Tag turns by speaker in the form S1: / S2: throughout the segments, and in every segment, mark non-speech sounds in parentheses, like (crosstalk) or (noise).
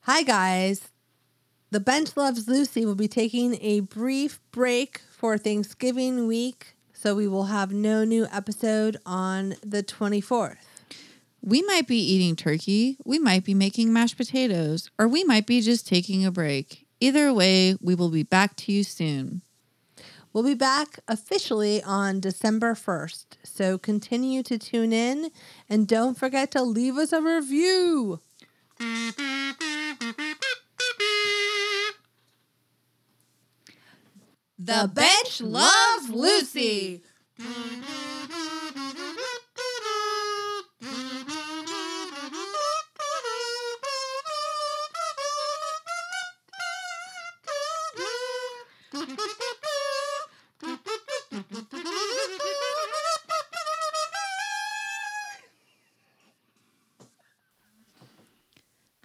S1: Hi, guys. The Bench Loves Lucy will be taking a brief break for Thanksgiving week, so we will have no new episode on the 24th.
S2: We might be eating turkey, we might be making mashed potatoes, or we might be just taking a break. Either way, we will be back to you soon.
S1: We'll be back officially on December 1st, so continue to tune in and don't forget to leave us a review.
S2: The bench loves Lucy.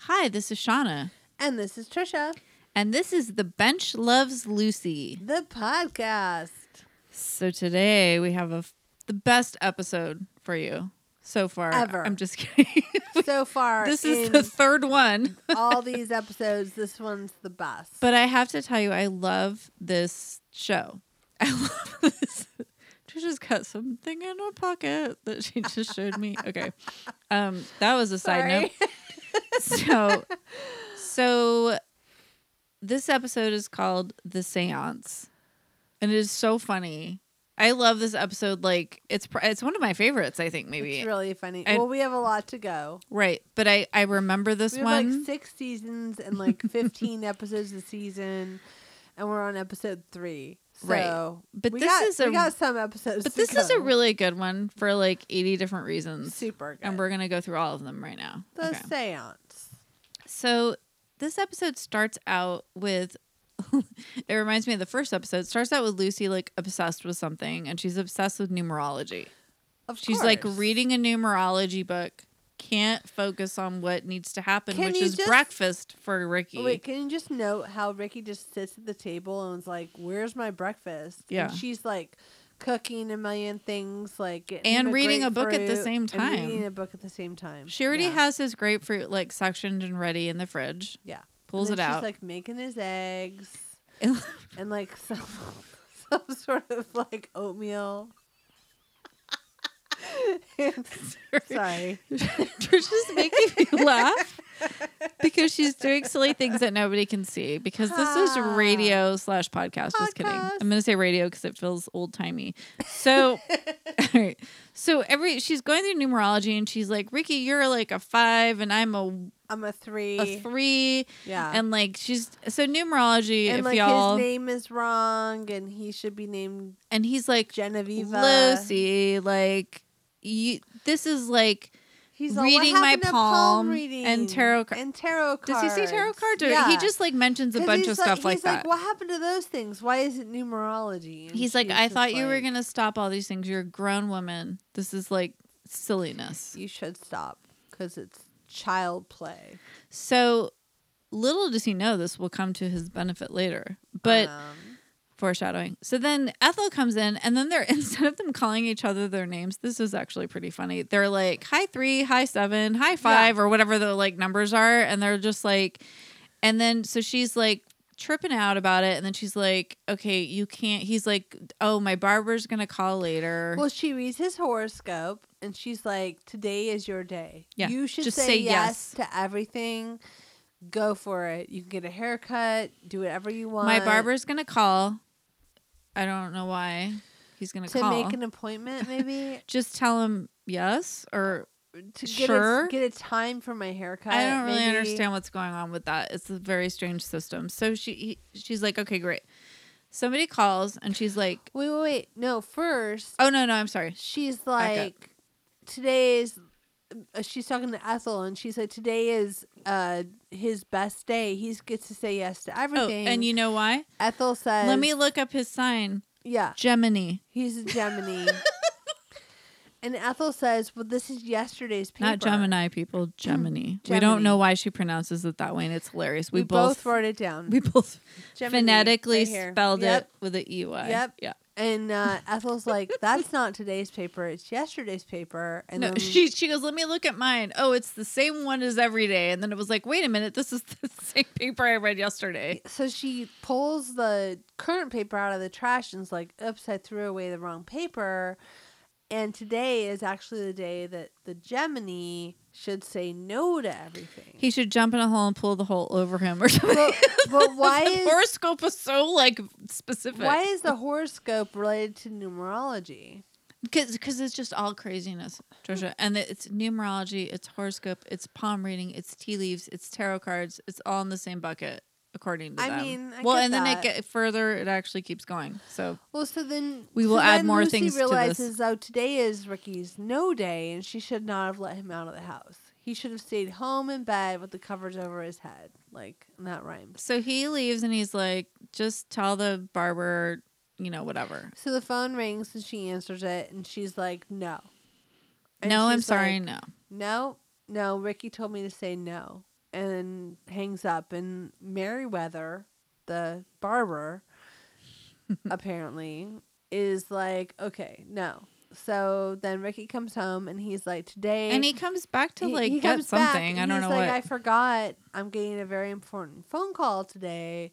S2: Hi, this is Shauna,
S1: And this is Trisha,
S2: and this is The Bench Loves Lucy.
S1: the podcast.
S2: So today we have a f- the best episode for you so far.
S1: Ever.
S2: I'm just (laughs) kidding.
S1: So far,
S2: (laughs) this is
S1: in
S2: the third one.
S1: all these episodes, this one's the best.
S2: But I have to tell you, I love this show. (laughs) I love this. Trisha's got something in her pocket that she just showed me. Okay. Um, that was a side
S1: Sorry.
S2: note. So so this episode is called The Seance. And it is so funny. I love this episode. Like it's pr- it's one of my favorites, I think maybe.
S1: It's really funny.
S2: And-
S1: well, we have a lot to go.
S2: right. But I I remember this
S1: We have
S2: one.
S1: like six seasons
S2: (laughs)
S1: and like 15 episodes a season, and we're on episode three. So
S2: Right. But
S1: we
S2: this
S1: got,
S2: is
S1: we
S2: a-
S1: got some episodes.
S2: but
S1: to
S2: this is a
S1: go.
S2: really good one for like 80 different reasons.
S1: super good.
S2: And we're going to go through all of them right now.
S1: the
S2: Okay.
S1: seance.
S2: So this episode starts out with (laughs) it reminds me of the first episode. It starts out with Lucy like obsessed with something and she's obsessed with numerology.
S1: Of
S2: She's like
S1: course.
S2: reading a numerology book, can't focus on what needs to happen,
S1: Can
S2: which
S1: you
S2: is
S1: just-
S2: breakfast for Ricky.
S1: Oh, Wait, can you just note how Ricky just sits at the table and is like, "Where's my breakfast?"
S2: Yeah.
S1: and she's like cooking a million things, like getting
S2: And
S1: him
S2: reading a book at the
S1: grapefruit
S2: same
S1: and
S2: time.
S1: reading a book at the same time.
S2: she already
S1: Yeah.
S2: has his grapefruit like sectioned and ready in the fridge.
S1: yeah.
S2: Pulls
S1: and
S2: it
S1: then
S2: out.
S1: She's like (laughs) making his eggs and like (laughs) some some sort of like oatmeal. (laughs) And- Sorry.
S2: (laughs) Trisha's making me laugh because she's doing silly things that nobody can see. Because this is
S1: Ah.
S2: radio slash podcast. Just kidding.
S1: Podcast.
S2: I'm gonna say radio because it feels old timey.
S1: (laughs)
S2: So, all right. So every she's going through numerology and she's like, Ricky, you're like a five, and I'm a
S1: I'm a three.
S2: a three,
S1: yeah.
S2: and like she's so numerology.
S1: And,
S2: if
S1: like
S2: y'all
S1: his name is wrong and he should be named
S2: and he's like
S1: Genevieve.
S2: Lucy, like you. This is like
S1: He's all, "What
S2: reading my
S1: happened to palm,
S2: palm
S1: reading
S2: and tarot car-
S1: and tarot
S2: Does
S1: cards.
S2: he say tarot cards? Or He
S1: Yeah.
S2: just like mentions a
S1: 'Cause
S2: bunch
S1: he's
S2: of stuff like
S1: he's
S2: that.
S1: What happened to those things? Why is it numerology? And
S2: he's like,
S1: she's
S2: I
S1: just
S2: thought you were
S1: like,
S2: going to stop all these things. You're a grown woman. This is like silliness.
S1: You should stop because it's child play.
S2: So little does he know this will come to his benefit later. But
S1: Um,
S2: foreshadowing. So then Ethel comes in, and then they're (laughs) instead of them calling each other their names, this is actually pretty funny. They're like, "Hi three, hi seven, hi five, or whatever the like numbers are, and they're just like, and then so she's like tripping out about it, and then she's like, "Okay, you can't." He's like, "Oh, my barber's gonna call later."
S1: Well, she reads his horoscope and she's like, Today is your day.
S2: Yeah,
S1: You should
S2: just
S1: say,
S2: say
S1: yes,
S2: yes.
S1: to everything. Go for it. You can get a haircut, do whatever you want.
S2: my barber's gonna call. I don't know why he's gonna
S1: to
S2: call.
S1: make an appointment, maybe
S2: just tell him yes or (laughs)
S1: to get,
S2: Sure.
S1: a, get a time for my haircut.
S2: I don't really
S1: maybe.
S2: understand what's going on with that. It's a very strange system. So she he, she's like, okay, great. Somebody calls and she's like,
S1: Wait, wait, wait. No, first,
S2: oh no, no, I'm sorry.
S1: she's
S2: Back up.
S1: like, Today is. uh, She's talking to Ethel, and she said today is uh his best day. He gets to say yes to
S2: Oh,
S1: everything.
S2: and you know why?
S1: Ethel says,
S2: Let me look up his sign,
S1: yeah."
S2: Gemini,
S1: He's a Gemini. and Ethel says, "Well, this is yesterday's paper. Hmm.
S2: not Gemini people, Gemini. We
S1: Gemini.
S2: don't know why she pronounces it that way, and it's hilarious.
S1: We,
S2: We,
S1: both, wrote it down.
S2: we both
S1: Gemini,
S2: phonetically
S1: right here.
S2: spelled
S1: Yep.
S2: it with a e y.
S1: Yep.
S2: Yeah.
S1: And uh, Ethel's like, that's not today's paper. It's yesterday's paper. And
S2: No, (laughs)
S1: then
S2: she she goes, let me look at mine. Oh, it's the same one as every day. And then it was like, wait a minute, this is (laughs) the same paper I read yesterday.
S1: so she pulls the current paper out of the trash and's like, oops, I threw away the wrong paper. And today is actually the day that the Gemini should say no to everything.
S2: He should jump in a hole and pull the hole over him or (laughs) something.
S1: but,
S2: (laughs)
S1: but why
S2: the
S1: is
S2: horoscope is so like specific.
S1: why is the horoscope related to numerology?
S2: Because it's just all craziness, (laughs) Trisha. And it's numerology, it's horoscope, it's palm reading, it's tea leaves, it's tarot cards. It's all in the same bucket, according to
S1: I
S2: them.
S1: mean, I
S2: well,
S1: get
S2: and then it
S1: that.
S2: get further. It actually keeps going. So
S1: Well, so then
S2: We
S1: so
S2: will add
S1: then
S2: more
S1: Lucy
S2: things to this.
S1: realizes, oh, today is Ricky's no day, and she should not have let him out of the house. He should have stayed home in bed with the covers over his head, like and that rhymes.
S2: so he leaves and he's like, just tell the barber, you know, whatever.
S1: So the phone rings and she answers it, and she's like, "No, And
S2: no, I'm
S1: she's
S2: sorry,
S1: like,
S2: no.
S1: no, no." Ricky told me to say no, and hangs up. And Meriwether, the
S2: (laughs)
S1: barber, apparently is like, "Okay, no." So then Ricky comes home and he's like, "Today,"
S2: And he comes back to
S1: He-
S2: like
S1: he
S2: get
S1: comes back
S2: something. I
S1: and
S2: don't
S1: he's
S2: know
S1: like,
S2: what.
S1: I forgot. I'm getting a very important phone call today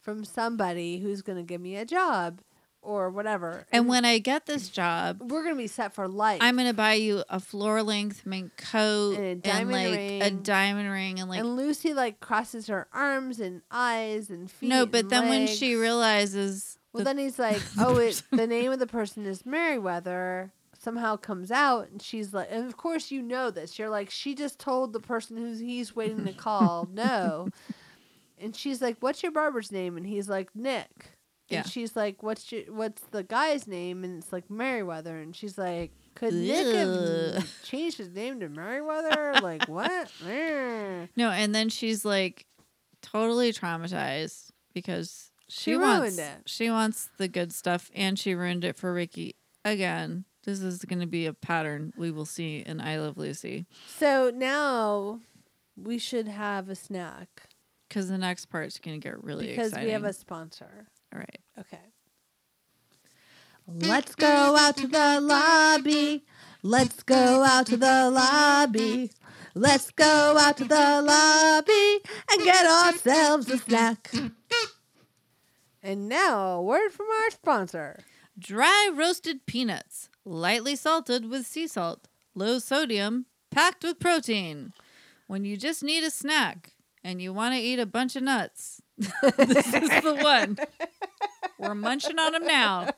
S1: from somebody who's going to give me a job or whatever.
S2: and when I get this job,
S1: we're going to be set for life.
S2: I'm gonna buy you a floor length mink coat
S1: And a
S2: and,
S1: diamond
S2: like a
S1: ring.
S2: diamond ring and like
S1: and Lucy like crosses her arms and eyes and feet.
S2: no, but
S1: and
S2: then when she
S1: legs.
S2: realizes
S1: well,
S2: the-
S1: then he's
S2: (laughs)
S1: like, oh, it, the name of the person is Meriwether. Somehow comes out, and she's like, and of course you know this. You're like, she just told the person who's he's waiting to
S2: (laughs)
S1: call no, and she's like, what's your barber's name? And he's like, Nick.
S2: Yeah.
S1: And she's like, what's your, what's the guy's name? And it's like Meriwether, and she's like, could Nick
S2: Ugh.
S1: have changed his name to Meriwether? like
S2: (laughs)
S1: what? Eh.
S2: no, and then she's like totally traumatized because she,
S1: She ruined
S2: wants
S1: it.
S2: she wants the good stuff and she ruined it for Ricky again. This is going to be a pattern we will see in I Love Lucy
S1: So now we should have a snack
S2: because the next part's going to get really
S1: because
S2: exciting.
S1: we have a sponsor.
S2: all right.
S1: Okay. Let's go out to the lobby. Let's go out to the lobby. Let's go out to the lobby and get ourselves a snack. And now, a word from our sponsor.
S2: Dry roasted peanuts, lightly salted with sea salt, low sodium, packed with protein. When you just need a snack and you want to eat a bunch of nuts, (laughs) this is the one. We're munching on them now.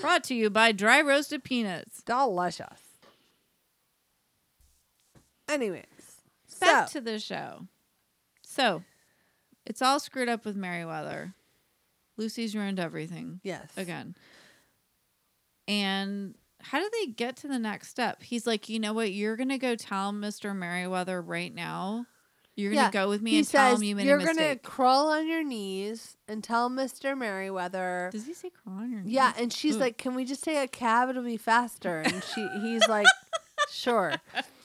S2: Brought to you by Dry Roasted Peanuts.
S1: Delicious. Anyways,
S2: Back
S1: so
S2: to the show. So, it's all screwed up with Meriwether. Lucy's ruined everything.
S1: yes,
S2: again. And how do they get to the next step? He's like, you know what? You're gonna go tell Mr. Merriweather right now. You're gonna
S1: Yeah,
S2: go with me
S1: he
S2: and tell
S1: says
S2: him you made
S1: you're
S2: a
S1: gonna
S2: mistake.
S1: crawl on your knees and tell Mister Merriweather.
S2: Does he say Quran or
S1: Yeah, and she's
S2: Ooh.
S1: like, "Can we just take a cab? It'll be faster." And she, he's
S2: (laughs)
S1: like, "Sure."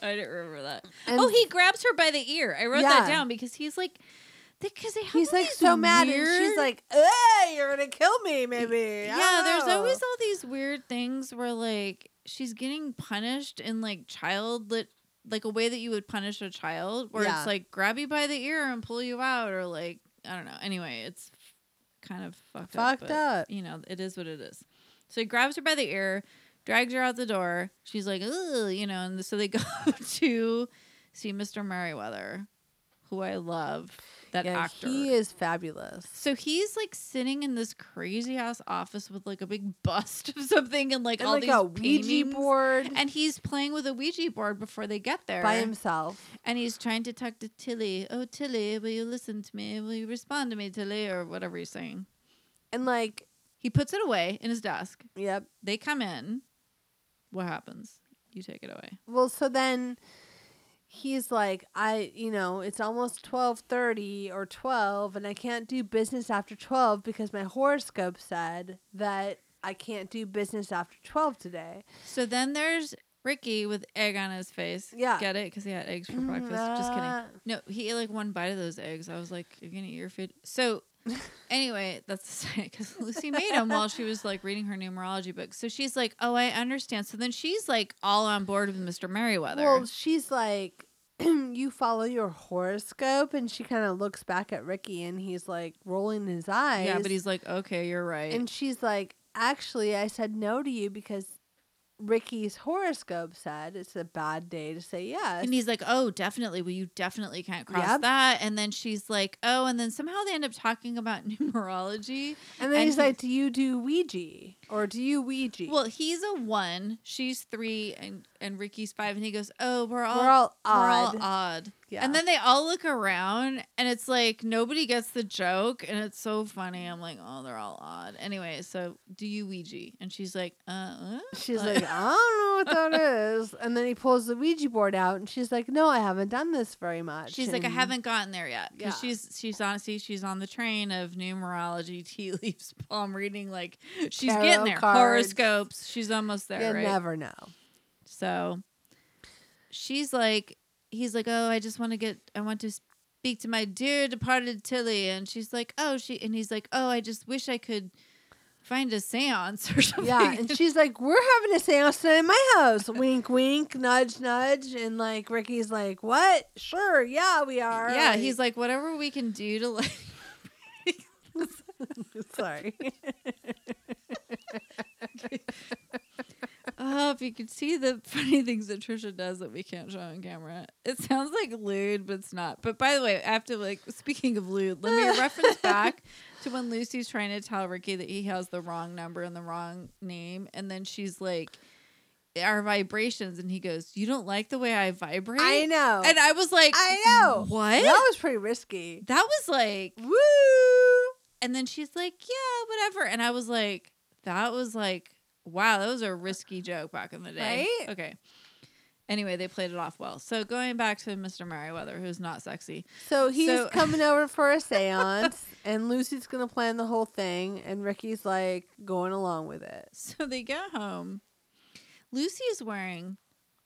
S2: I didn't remember that.
S1: And
S2: oh, he grabs her by the ear. I wrote that
S1: Yeah.
S2: down because he's like, because they have
S1: he's
S2: all
S1: like
S2: these
S1: so mad, and
S2: weird-
S1: she's like, "Hey, you're gonna kill me, maybe." I
S2: yeah.
S1: don't
S2: There's
S1: know."
S2: always all these weird things where like she's getting punished in like child lit. Like a way that you would punish a child, where
S1: Yeah.
S2: it's like grab you by the ear and pull you out, or like I don't know. Anyway, it's kind of fucked, up.
S1: Fucked
S2: but,
S1: up.
S2: You know, it is what it is. So he grabs her by the ear, drags her out the door. She's like, Ugh, you know, and so they (laughs) go to see Mr. Merriweather, who I love, that
S1: yeah,
S2: actor.
S1: he is fabulous.
S2: So he's like sitting in this crazy ass office with like a big (laughs) bust of something and like
S1: And
S2: all
S1: like
S2: these
S1: a Ouija
S2: paintings.
S1: board
S2: And he's playing with a Ouija board before they get there.
S1: by himself.
S2: And he's trying to talk to Tilly. Oh, Tilly, will you listen to me? Will you respond to me, Tilly? Or whatever he's saying.
S1: And like,
S2: He puts it away in his desk.
S1: yep.
S2: They come in. What happens? You take it away.
S1: Well, so then he's like, I, you know, it's almost twelve thirty or twelve, and I can't do business after twelve because my horoscope said that I can't do business after twelve today.
S2: So then there's Ricky with egg on his face.
S1: Yeah.
S2: Get it? Because he
S1: Mm-hmm. (laughs)
S2: had eggs for breakfast. Just kidding. No, he ate like one bite of those eggs. I was like, "You're gonna eat your food." So Anyway, that's because Lucy made them while she was like reading her numerology book. So she's like, "Oh, I understand." So then she's like all on board with Mr. Merriweather.
S1: Well, she's like, (clears throat) you follow your horoscope, and she kind of looks back at Ricky, and he's like rolling his eyes.
S2: yeah, but he's like, "Okay, you're right."
S1: and she's like, actually, I said no to you because Ricky's horoscope said it's a bad day to say yes.
S2: And he's like, "Oh, definitely. Well, you definitely can't cross
S1: Yep.
S2: that." And then she's like, "Oh," and then somehow they end up talking about (laughs) numerology.
S1: And then
S2: and
S1: he's
S2: he-
S1: like, do you do Ouija or do you Ouija?
S2: Well, he's a one, she's three, and and Ricky's five, and he goes, "Oh, we're all
S1: we're all
S2: We're
S1: odd.
S2: all odd.
S1: Yeah.
S2: And then they all look around and it's like nobody gets the joke and it's so funny. I'm like, oh, they're all odd. Anyway, so do you Ouija? And she's like, uh, uh
S1: She's like, I don't know what
S2: (laughs)
S1: that is. And then he pulls the Ouija board out, and she's like, No, I haven't done this very much.
S2: She's like, I
S1: And-
S2: haven't gotten there yet.
S1: Yeah.
S2: Because she's she's honestly she's on the train of numerology, (laughs) tea leaves, palm reading, like she's
S1: Tarot
S2: getting there.
S1: cards.
S2: Horoscopes. She's almost there,
S1: You
S2: right?
S1: never know.
S2: (laughs) So she's like, he's like, oh, I just want to get, I want to speak to my dear departed Tilly. And she's like, oh, she, and he's like, oh, I just wish I could find a seance or (laughs) something.
S1: Yeah, and she's like, "We're having a seance tonight in my house." Wink, wink, nudge, nudge, and like Ricky's like, "What? Sure, yeah, we are." (laughs)
S2: yeah. He's like, whatever we can do to like, (laughs)
S1: "Sorry."
S2: oh, if you could see the (laughs) funny things that Trisha does that we can't show on camera. It sounds like lewd, but it's not. But by the way, after like, speaking of lewd, let
S1: (laughs)
S2: me reference back to when Lucy's trying to tell Ricky that he has the wrong number and the wrong name. And then she's like, our vibrations. And he goes, You don't like the way I vibrate?
S1: I know.
S2: And I was like,
S1: I know.
S2: What?
S1: That was pretty risky.
S2: that was like,
S1: Woo!
S2: and then she's like, yeah, whatever. And I was like, that was like, wow, that was a risky joke back in the day.
S1: Right?
S2: Okay. Anyway, they played it off well. So going back to Mr. Merriweather, who's not sexy. (laughs)
S1: So he's
S2: So-
S1: coming over for a séance, and Lucy's gonna plan the whole thing, and Ricky's like going along with it.
S2: So they get home. Lucy is wearing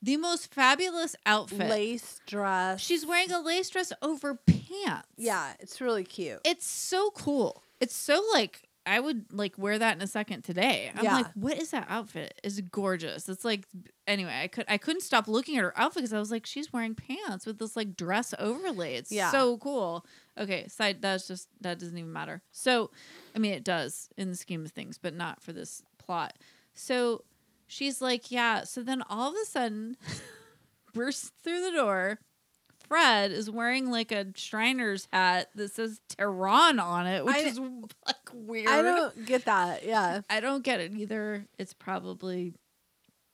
S2: the most fabulous outfit.
S1: Lace dress.
S2: She's wearing a lace dress over pants.
S1: yeah, it's really cute.
S2: It's so cool. It's so like I would like wear that in a second today. I'm
S1: Yeah.
S2: like, what is that outfit? It's gorgeous. It's like anyway, I could I couldn't stop looking at her outfit because I was like, she's wearing pants with this like dress overlay. It's
S1: Yeah.
S2: so cool. Okay, side that's just that doesn't even matter. So I mean it does in the scheme of things, but not for this plot. So she's like, Yeah. So then all of a sudden bursts through the door. Fred is wearing like a Shriner's hat that says Tehran on it, which
S1: I-
S2: is like weird.
S1: I don't get that. Yeah.
S2: I don't get it either. It's probably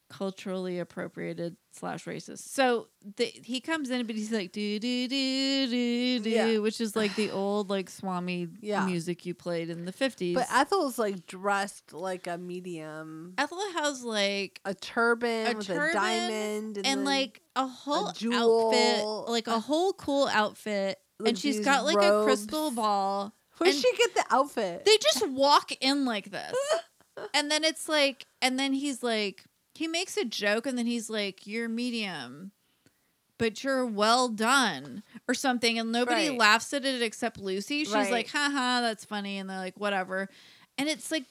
S2: culturally appropriated slash racist. So the, he comes in, but he's like do do do do do,
S1: Yeah.
S2: which is like the old like Swami
S1: Yeah.
S2: music you played in the fifties.
S1: But Ethel's like dressed like a medium,
S2: Ethel has like
S1: a turban
S2: A
S1: with
S2: turban
S1: a diamond, and,
S2: and,
S1: then
S2: like a whole
S1: jewel,
S2: outfit, like
S1: uh,
S2: a whole cool outfit,
S1: like
S2: and she's
S1: these
S2: got like a crystal
S1: robes.
S2: ball.
S1: where'd
S2: and-
S1: she get the outfit?
S2: They just walk in
S1: (laughs)
S2: like this, and then it's like, and then he's like, he makes a joke, and then he's like, "You're medium." But you're well done, or something, and nobody
S1: Right.
S2: laughs at it except Lucy. She's
S1: Right.
S2: like, haha, that's funny. And they're like, whatever. And it's like,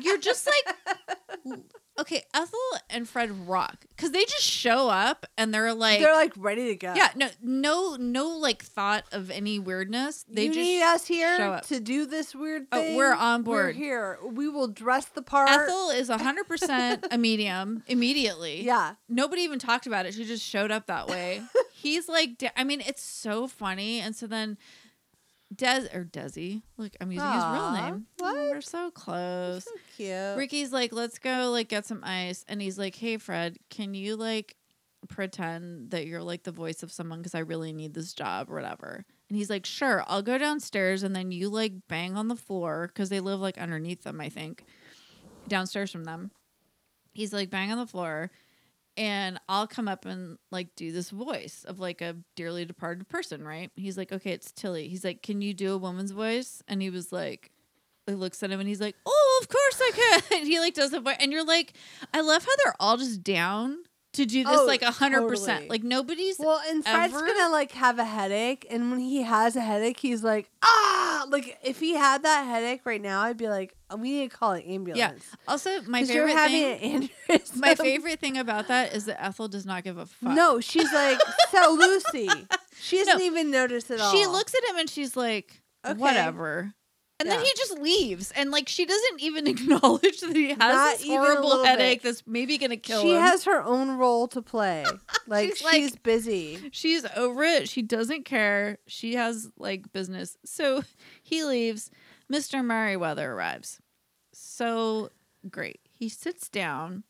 S2: you're just like, okay, Ethel and Fred rock because they just show up and they're like,
S1: They're like ready to go.
S2: yeah, no, no, no, like thought of any weirdness. They
S1: you
S2: just
S1: need us
S2: show
S1: here
S2: up.
S1: to do this weird
S2: Oh,
S1: thing.
S2: we're on board.
S1: here. We will dress the part.
S2: Ethel is hundred percent a medium
S1: (laughs)
S2: immediately.
S1: Yeah.
S2: nobody even talked about it. She just showed up
S1: (laughs)
S2: that way. He's like, da- I mean, it's so funny. And so then. Des or Desi, look, I'm using his real
S1: Aw,
S2: name.
S1: what?
S2: We're so close.
S1: So (laughs) cute.
S2: Ricky's like, let's go like get some ice. And he's like, hey, Fred, can you like pretend that you're like the voice of someone because I really need this job or whatever? And he's like, sure, I'll go downstairs and then you like bang on the floor because they live like underneath them, I think, downstairs from them. He's like, bang on the floor and I'll come up and like do this voice of like a dearly departed person, right? He's like, okay, it's Tilly. He's like, can you do a woman's voice? And he was like, he looks at him and he's like, oh, of course I can. (laughs) he like does a voice, and you're like, I love how they're all just down to do this
S1: Oh,
S2: like a hundred percent.
S1: totally.
S2: Like nobody's
S1: well, and Fred's
S2: ever-
S1: gonna like have a headache, and when he has a headache, he's like ah, like if he had that headache right now, I'd be like, "Oh, we need to call an ambulance.
S2: Yeah. Also, my
S1: 'Cause you're
S2: favorite
S1: having
S2: thing.
S1: an aneurysm. (laughs)
S2: (laughs) My favorite thing about that is that Ethel does not give a fuck.
S1: No, she's like, so
S2: (laughs)
S1: Lucy. She doesn't
S2: No.
S1: even notice at all.
S2: she looks at him and she's like,
S1: Okay.
S2: whatever. And then
S1: Yeah.
S2: he just leaves, and like she doesn't even (laughs) acknowledge that he has
S1: Not
S2: this
S1: even a
S2: horrible
S1: little
S2: headache
S1: bit.
S2: that's maybe gonna kill
S1: She
S2: him.
S1: has her own role to
S2: (laughs)
S1: play. Like
S2: She's
S1: she's,
S2: like-
S1: busy.
S2: She's over it. She doesn't care. She has like business. So (laughs) he leaves. Mr. Merriweather arrives. So great. He sits down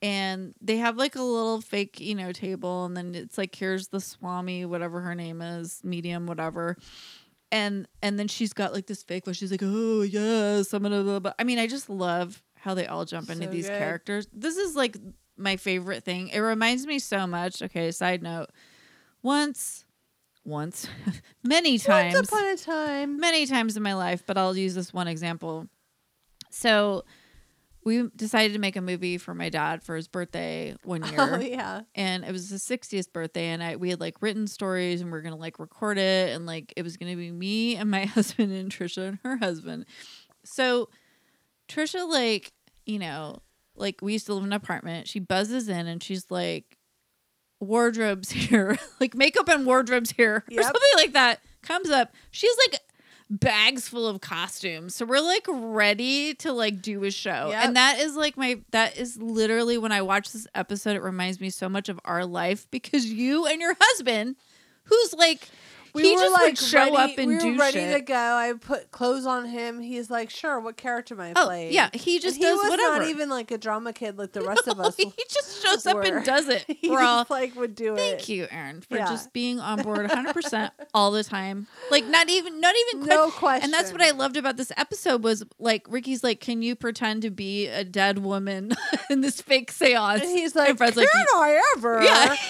S2: and they have like a little fake, you know, table. And then it's like, here's the Swami, whatever her name is, medium, whatever. And and then she's got like this fake voice. She's like, oh yes, I'm gonna. Blah, blah. I mean, I just love how they all jump into
S1: So
S2: these
S1: good.
S2: characters. This is like my favorite thing. It reminds me so much. Okay, side note. Once, once, (laughs) many times
S1: Once upon a time.
S2: many times in my life, but I'll use this one example. So we decided to make a movie for my dad for his birthday one
S1: (laughs) (laughs)
S2: year.
S1: Oh yeah.
S2: And it was his 60th birthday and I we had like written stories and we are going to like record it and like it was going to be me (laughs) and my husband and Trisha and her husband. So Trisha like, you know, like we used to live in an apartment. She buzzes in and she's like wardrobes (laughs) here, like makeup and wardrobes here or
S1: Yep.
S2: something like that. Comes up. She's like bags full of costumes. So we're like ready to like do a show.
S1: Yep.
S2: Oh, And that is like my that is literally when I watch this episode, it reminds me so much of our life because you and your husband, who's like he just would show
S1: ready,
S2: up and
S1: we were
S2: do
S1: ready
S2: shit.
S1: to (laughs) go. I put clothes on him. He's like, sure, what character am I
S2: Oh
S1: playing?
S2: yeah, he just
S1: and he
S2: does
S1: was
S2: whatever.
S1: not even like a drama kid
S2: (laughs)
S1: like the rest of us.
S2: he just shows
S1: (laughs)
S2: up
S1: were.
S2: and does it.
S1: (laughs) he
S2: We're all
S1: just like would do it.
S2: Thank you, Aaron, for
S1: Yeah.
S2: just being on board 100% all the time. Like not even not even
S1: No
S2: And that's what I
S1: question.
S2: loved about this episode was like Ricky's like, "Can you pretend to be a dead woman (laughs) in this fake
S1: And
S2: séance?"
S1: he's like,
S2: and Fred's like,
S1: can I ever?
S2: "Yeah." (laughs)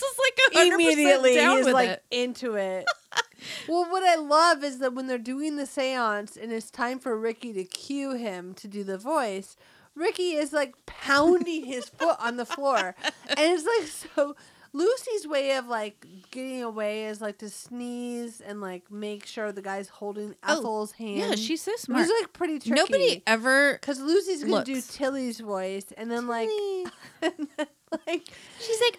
S2: He just is like 100%
S1: immediately
S2: down
S1: he's
S2: with
S1: like
S2: it.
S1: into it. (laughs) well, what I love is that when they're doing the seance and it's time for Ricky to cue him to do the voice, Ricky is like pounding
S2: (laughs)
S1: his foot on the floor. And it's like so Lucy's way of like getting away is like to sneeze and like make sure the guy's holding
S2: Oh,
S1: Ethel's hand.
S2: Yeah, she's so
S1: It was,
S2: smart.
S1: like pretty tricky.
S2: Nobody ever
S1: because Lucy's gonna do
S2: looks.
S1: Tilly's voice, and then like, (laughs) like
S2: She's (laughs) like,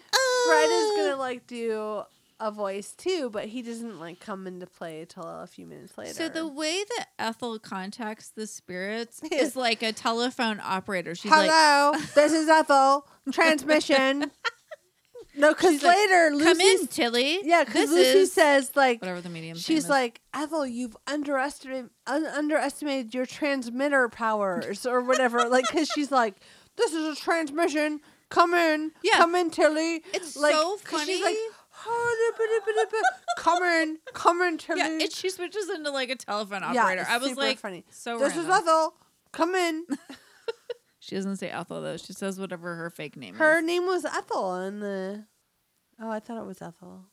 S1: Fred (laughs)
S2: "Oh."
S1: is gonna like do a voice too, but he doesn't like come into play till a few minutes later.
S2: So the way that Ethel contacts
S1: (laughs)
S2: the spirits is like a telephone operator. She's like,
S1: hello, this is Ethel (laughs) transmission. no, because
S2: She's like,
S1: later
S2: "Come
S1: Lucy's-
S2: in, Tilly."
S1: yeah, because
S2: This
S1: Lucy
S2: is-
S1: says like
S2: whatever the medium.
S1: she's like Ethel, you've underestimated un- underestimated your transmitter powers or whatever. like because she's like, this is a transmission. Come in, (laughs)
S2: Yeah.
S1: come in, Tilly.
S2: It's
S1: like,
S2: so
S1: 'cause She's like,
S2: funny.
S1: come in, come in, Tilly.
S2: yeah, and she switches into like a telephone
S1: Yeah,
S2: operator.
S1: it's
S2: I was
S1: super
S2: like,
S1: funny.
S2: so
S1: this is
S2: random.
S1: Ethel. Come
S2: (laughs)
S1: in.
S2: She doesn't say Ethel though. She says whatever her fake name
S1: Her
S2: is.
S1: name was Ethel in the. Oh, I thought it was Ethel.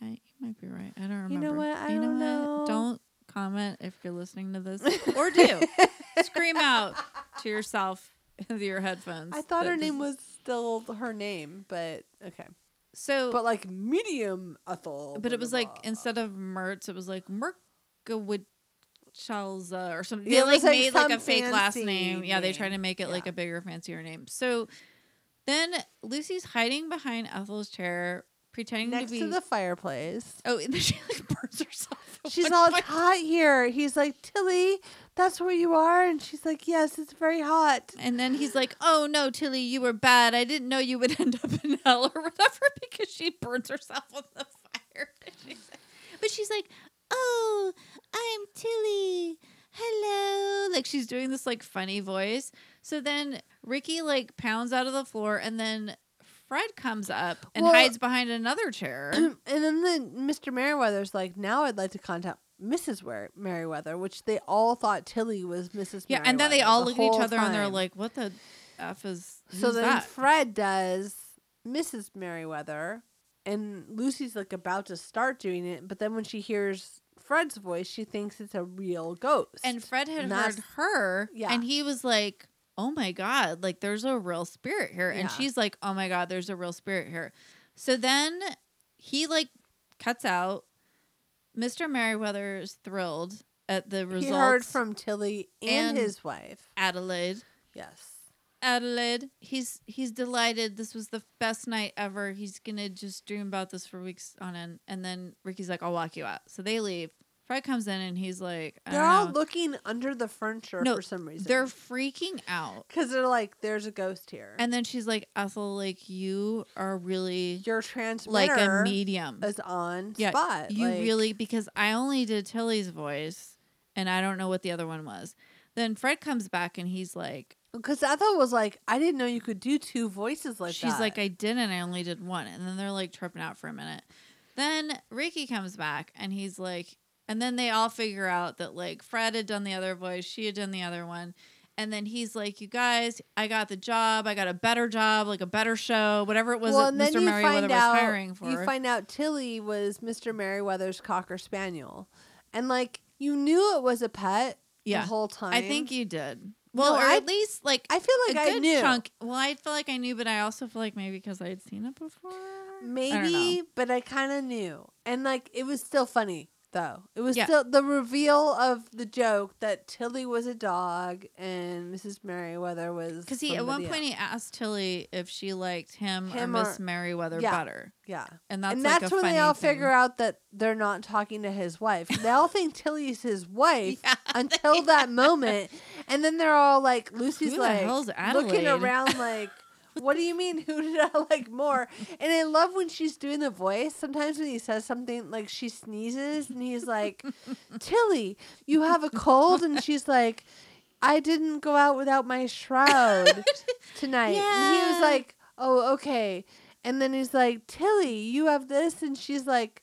S2: I, you might be right. I don't remember.
S1: You know what? I
S2: You
S1: don't know.
S2: Don't comment if you're listening
S1: (laughs)
S2: to this, or do scream out to yourself (laughs) with your headphones.
S1: I thought
S2: that
S1: her
S2: this
S1: name
S2: is-
S1: was still her name, but okay.
S2: so,
S1: But like medium Ethel.
S2: Oh. but,
S1: blah,
S2: it was
S1: blah,
S2: like
S1: blah.
S2: instead of Mertz, it was like Merkowicz. Chalza or something. They
S1: Yeah, it
S2: like,
S1: was, like,
S2: made like a
S1: some
S2: fake last
S1: fancy
S2: name. Yeah, they tried to
S1: name.
S2: make it like
S1: Yeah.
S2: a bigger, fancier name. So then Lucy's hiding behind Ethel's chair, pretending
S1: next
S2: to be
S1: to the
S2: (laughs)
S1: fireplace.
S2: Oh, and then she like burns herself. at (laughs)
S1: She's
S2: one
S1: all,
S2: point.
S1: it's hot here. He's like, Tilly, that's where you are. And she's like, yes, it's very hot.
S2: And then he's like, "Oh no, Tilly, you were bad. I didn't know you would (laughs) end up in hell or whatever (laughs) because she burns herself on the fire." (laughs) but she's like, "Oh, I'm Tilly. Hello." Like she's doing this like funny voice. So then Ricky like pounds out of the floor, and then Fred comes up and
S1: Well-
S2: hides behind
S1: (clears throat)
S2: another chair.
S1: and then the, Mr. Merriweather's like, now I'd like to contact Mrs. Wer- Merriweather, which they all thought Tilly was Mrs.
S2: yeah, and then they
S1: Merriweather
S2: all
S1: the
S2: look at each
S1: whole
S2: other and they're
S1: time.
S2: like, "What the f is?"
S1: so
S2: who's
S1: then
S2: that?
S1: Fred does Mrs. Merriweather, and Lucy's like about to start doing it, but then when she hears Fred's voice, she thinks it's a real ghost.
S2: And Fred had
S1: And
S2: heard
S1: that's-
S2: her,
S1: Yeah.
S2: and he was like, "Oh my god, like there's a real spirit here." And
S1: Yeah.
S2: she's like, "Oh my god, there's a real spirit here." So then he like cuts out. Mr. Merriweather is thrilled at the results.
S1: He heard from Tilly and,
S2: And-
S1: his wife.
S2: Adelaide.
S1: Yes.
S2: Adelaide, he's he's delighted. This was the best night ever. He's gonna just dream about this for weeks on end. And then Ricky's like, "I'll walk you out." So they leave. Fred comes in and he's like, I
S1: They're
S2: don't
S1: all
S2: know.
S1: looking under the furniture
S2: No,
S1: for some reason.
S2: They're freaking out.
S1: because they're like, there's a ghost here,
S2: And then she's like, "Ethel, like you are really
S1: your transmitter
S2: like a medium.
S1: is on
S2: yeah,
S1: spot.
S2: you
S1: Like,
S2: really because I only did Tilly's voice, and I don't know what the other one was." Then Fred comes back and he's like,
S1: because Ethel was like, I didn't know you could do two voices like
S2: she's
S1: that.
S2: like i didn't i only did one and then they're like tripping out for a minute then ricky comes back and he's like and then they all figure out that like fred had done the other voice she had done the other one and then he's like you guys i got the job i got a better job like a better show whatever it was
S1: well,
S2: that
S1: and then
S2: mr
S1: you
S2: merriweather
S1: find
S2: was
S1: out
S2: hiring for
S1: you find out Tilly was Mr. Merriweather's cocker spaniel, and like you knew it was a pet
S2: Yeah.
S1: the whole time.
S2: i think you did well
S1: No,
S2: or
S1: I-
S2: at least like
S1: I feel
S2: a
S1: like I
S2: good
S1: knew.
S2: chunk well i feel like i knew but i also feel like maybe because i had seen it before
S1: Maybe, but I kind of knew. And like it was still funny though. It was
S2: Yeah.
S1: still the reveal of the joke that Tilly was a dog and Mrs. Merriweather was
S2: because he at one
S1: somebody
S2: point
S1: else.
S2: he asked Tilly if she liked him,
S1: Him
S2: or
S1: or-
S2: Miss Merriweather
S1: yeah.
S2: better,
S1: yeah.
S2: and that's
S1: and
S2: like
S1: that's
S2: a
S1: when
S2: funny
S1: they all
S2: thing.
S1: figure out that they're not talking to his wife. They all think Tilly's
S2: (laughs)
S1: his wife
S2: (laughs) Yeah. (laughs)
S1: until that moment. And then they're all like
S2: Who
S1: Lucy's
S2: the
S1: like
S2: hell's Adelaide?
S1: looking
S2: (laughs)
S1: around like what do you mean who did i (laughs) like more and i love when she's doing the voice sometimes when he says something like she sneezes and he's like tilly you have a cold and she's like i didn't go out without my shroud tonight and he was
S2: Yeah.
S1: like oh okay and then he's like tilly you have this and she's like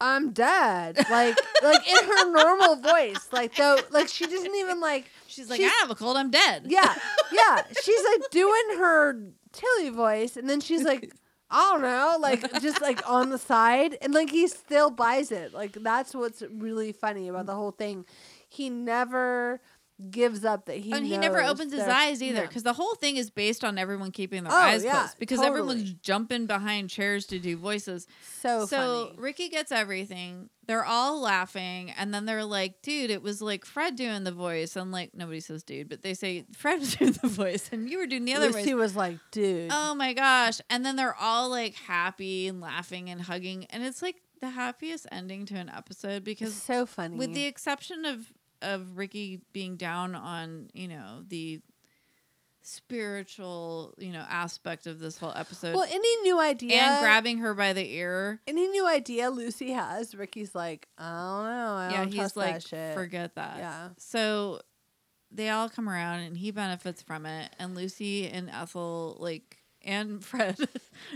S1: i'm dead like like in her normal voice like though like she doesn't even like
S2: She's like,
S1: she's-
S2: I have a cold, I'm dead.
S1: yeah, yeah. She's like doing her Tilly voice, and then she's
S2: (laughs)
S1: like, I don't know, like just like on the side, and like he still buys it. Like that's what's really funny about the whole thing. He never gives up that he
S2: and he never
S1: knows
S2: opens his
S1: they're-
S2: eyes either,
S1: No.
S2: because the whole thing is based on everyone keeping their
S1: Oh,
S2: eyes
S1: yeah,
S2: closed, because everyone's jumping behind chairs to do voices.
S1: So
S2: so
S1: funny.
S2: Ricky gets everything. They're all laughing, and then they're like, "Dude, it was like Fred doing the voice." And like nobody says "dude," but they say Fred was (laughs) doing the voice, and you were doing the other voice.
S1: Lucy was like, dude.
S2: Oh my gosh. And then they're all like happy and laughing and hugging. And it's like the happiest ending to an episode
S1: it's
S2: because
S1: so funny.
S2: with the exception of of Ricky being down on, you know, the spiritual, you know, aspect of this whole episode
S1: well, any new idea
S2: and grabbing her by the ear.
S1: any new idea Lucy has, Ricky's like, I don't know. I
S2: Yeah,
S1: don't
S2: he's
S1: trust that
S2: like
S1: shit.
S2: forget that.
S1: Um, Yeah.
S2: So they all come around and he benefits from it and Lucy and Ethel like and (laughs) Fred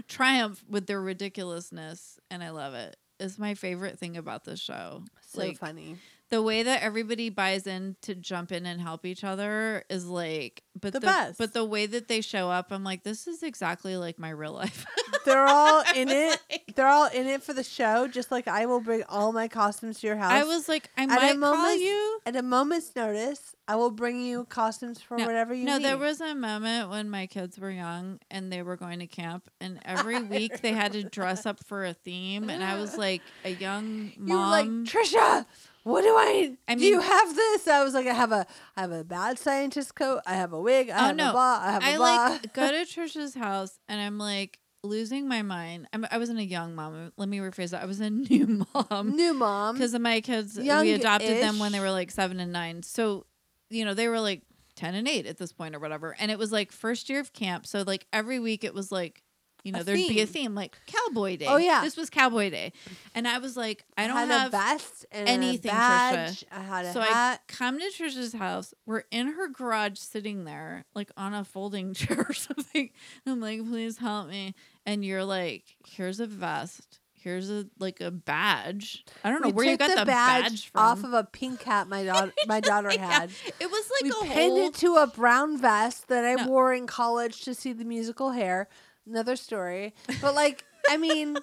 S2: triumph with their ridiculousness and I love it. It's my favorite thing about this show.
S1: so
S2: like
S1: funny.
S2: the way that everybody buys in to jump in and help each other is like but
S1: The best.
S2: but the way that they show up I'm like this is exactly like my real life. (laughs)
S1: They're all in it. They're all in it for the show. Just like I will bring all my costumes to your house.
S2: I was like I
S1: At a
S2: might call
S1: moment's-
S2: you
S1: at a moment's notice. I will bring you costumes for whatever you
S2: no,
S1: need.
S2: there was a moment when my kids were young and they were going to camp, and every week they had to dress up for a theme, and I
S1: (laughs)
S2: was like a young
S1: you were like
S2: mom.
S1: Trisha. What do I?
S2: I
S1: do you
S2: mean-
S1: have this? I was like, I have a, I have a bad scientist coat. I have a wig. I
S2: Oh,
S1: have
S2: no.
S1: a bra. I have a
S2: I
S1: bra.
S2: like go to Trisha's house, and I'm like losing my mind. I'm, I wasn't a young mom. Let me rephrase that. I was a new (laughs) mom
S1: (laughs) New mom.
S2: because of my kids. We
S1: Um, Young-ish.
S2: adopted them when they were like seven and nine, so you know they were like ten and eight at this point or whatever. And it was like first year of camp, so like every week it was like. You
S1: A
S2: know, there'd be
S1: theme.
S2: a theme like Cowboy Day.
S1: Oh, yeah.
S2: this was Cowboy Day, and I was like, I don't
S1: had
S2: have.
S1: a vest and
S2: anything,
S1: a
S2: Trisha.
S1: badge. I had a
S2: so I
S1: hat.
S2: come to Trisha's house. We're in her garage, sitting there like on a folding (laughs) chair or something. And I'm like, please help me. And you're like, here's a vest. Here's a like a badge. I don't know
S1: we
S2: where you
S1: took
S2: got
S1: the, badge,
S2: from.
S1: off of a pink hat my daughter my
S2: (laughs)
S1: daughter
S2: Yeah.
S1: had.
S2: It was
S1: we
S2: like a
S1: pinned
S2: whole
S1: it to a brown vest that I
S2: No.
S1: wore in college to see the musical Hair. Another story, but like I mean,
S2: no.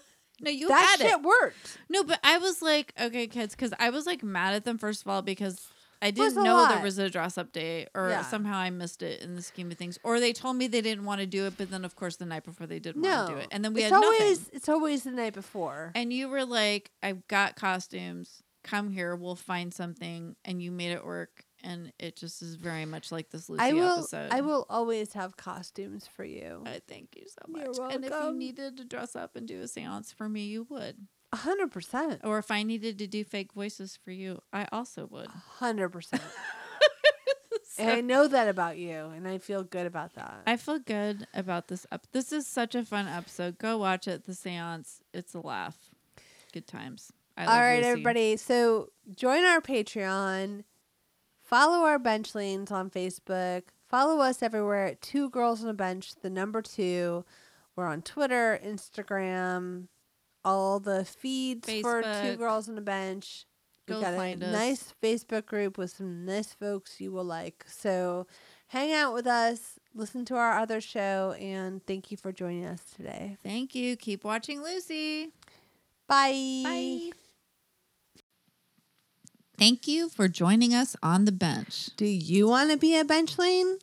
S2: (laughs) You
S1: that
S2: had
S1: shit
S2: it.
S1: worked.
S2: No, but I was like, okay, kids, because I was like mad at them first of all because I
S1: was
S2: didn't
S1: a
S2: know there
S1: lot.
S2: was a dress up day, or
S1: Yeah.
S2: somehow I missed it in the scheme of things, or they told me they didn't want to do it, but then of course the night before they did
S1: No,
S2: want to do it, and then we
S1: it's
S2: had
S1: always
S2: nothing.
S1: it's always the night before.
S2: And you were like, I've got costumes. come here, we'll find something, and you made it work. And it just is very much like this Lucy
S1: I will.
S2: episode.
S1: I will always have costumes for you.
S2: I thank you so much.
S1: You're
S2: And if you
S1: welcome.
S2: needed to dress up and do a seance for me, you would.
S1: A hundred percent.
S2: Or if I needed to do fake voices for you, I also would.
S1: A hundred percent.
S2: (laughs) So-
S1: And I know that about you, and I feel good about that.
S2: I feel good about this up. This is such a fun episode. Go watch it. The seance. It's a laugh. Good times. I love
S1: All right,
S2: Lucy.
S1: everybody. So join our Patreon. Follow our bench lanes on Facebook. Follow us everywhere at Two Girls on a Bench, the number two. We're on Twitter, Instagram, all the feeds for Two
S2: Facebook.
S1: Girls on a Bench.
S2: Go
S1: We've got
S2: find
S1: a
S2: us.
S1: nice Facebook group with some nice folks you will like. So hang out with us, listen to our other show, and thank you for joining us today.
S2: Thank you. Keep watching Lucy.
S1: Bye.
S2: Bye. Thank you for joining us on the bench.
S1: Do you want to be a bench lane?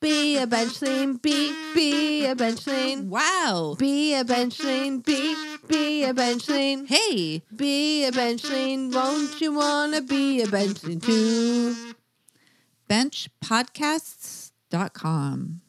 S1: Be a bench lane. Be be a bench lane.
S2: Wow.
S1: Be a bench lane. Be be a bench lane.
S2: Hey.
S1: Be a bench lane. Won't you wanna be a bench lane too?
S2: Benchpodcasts.com.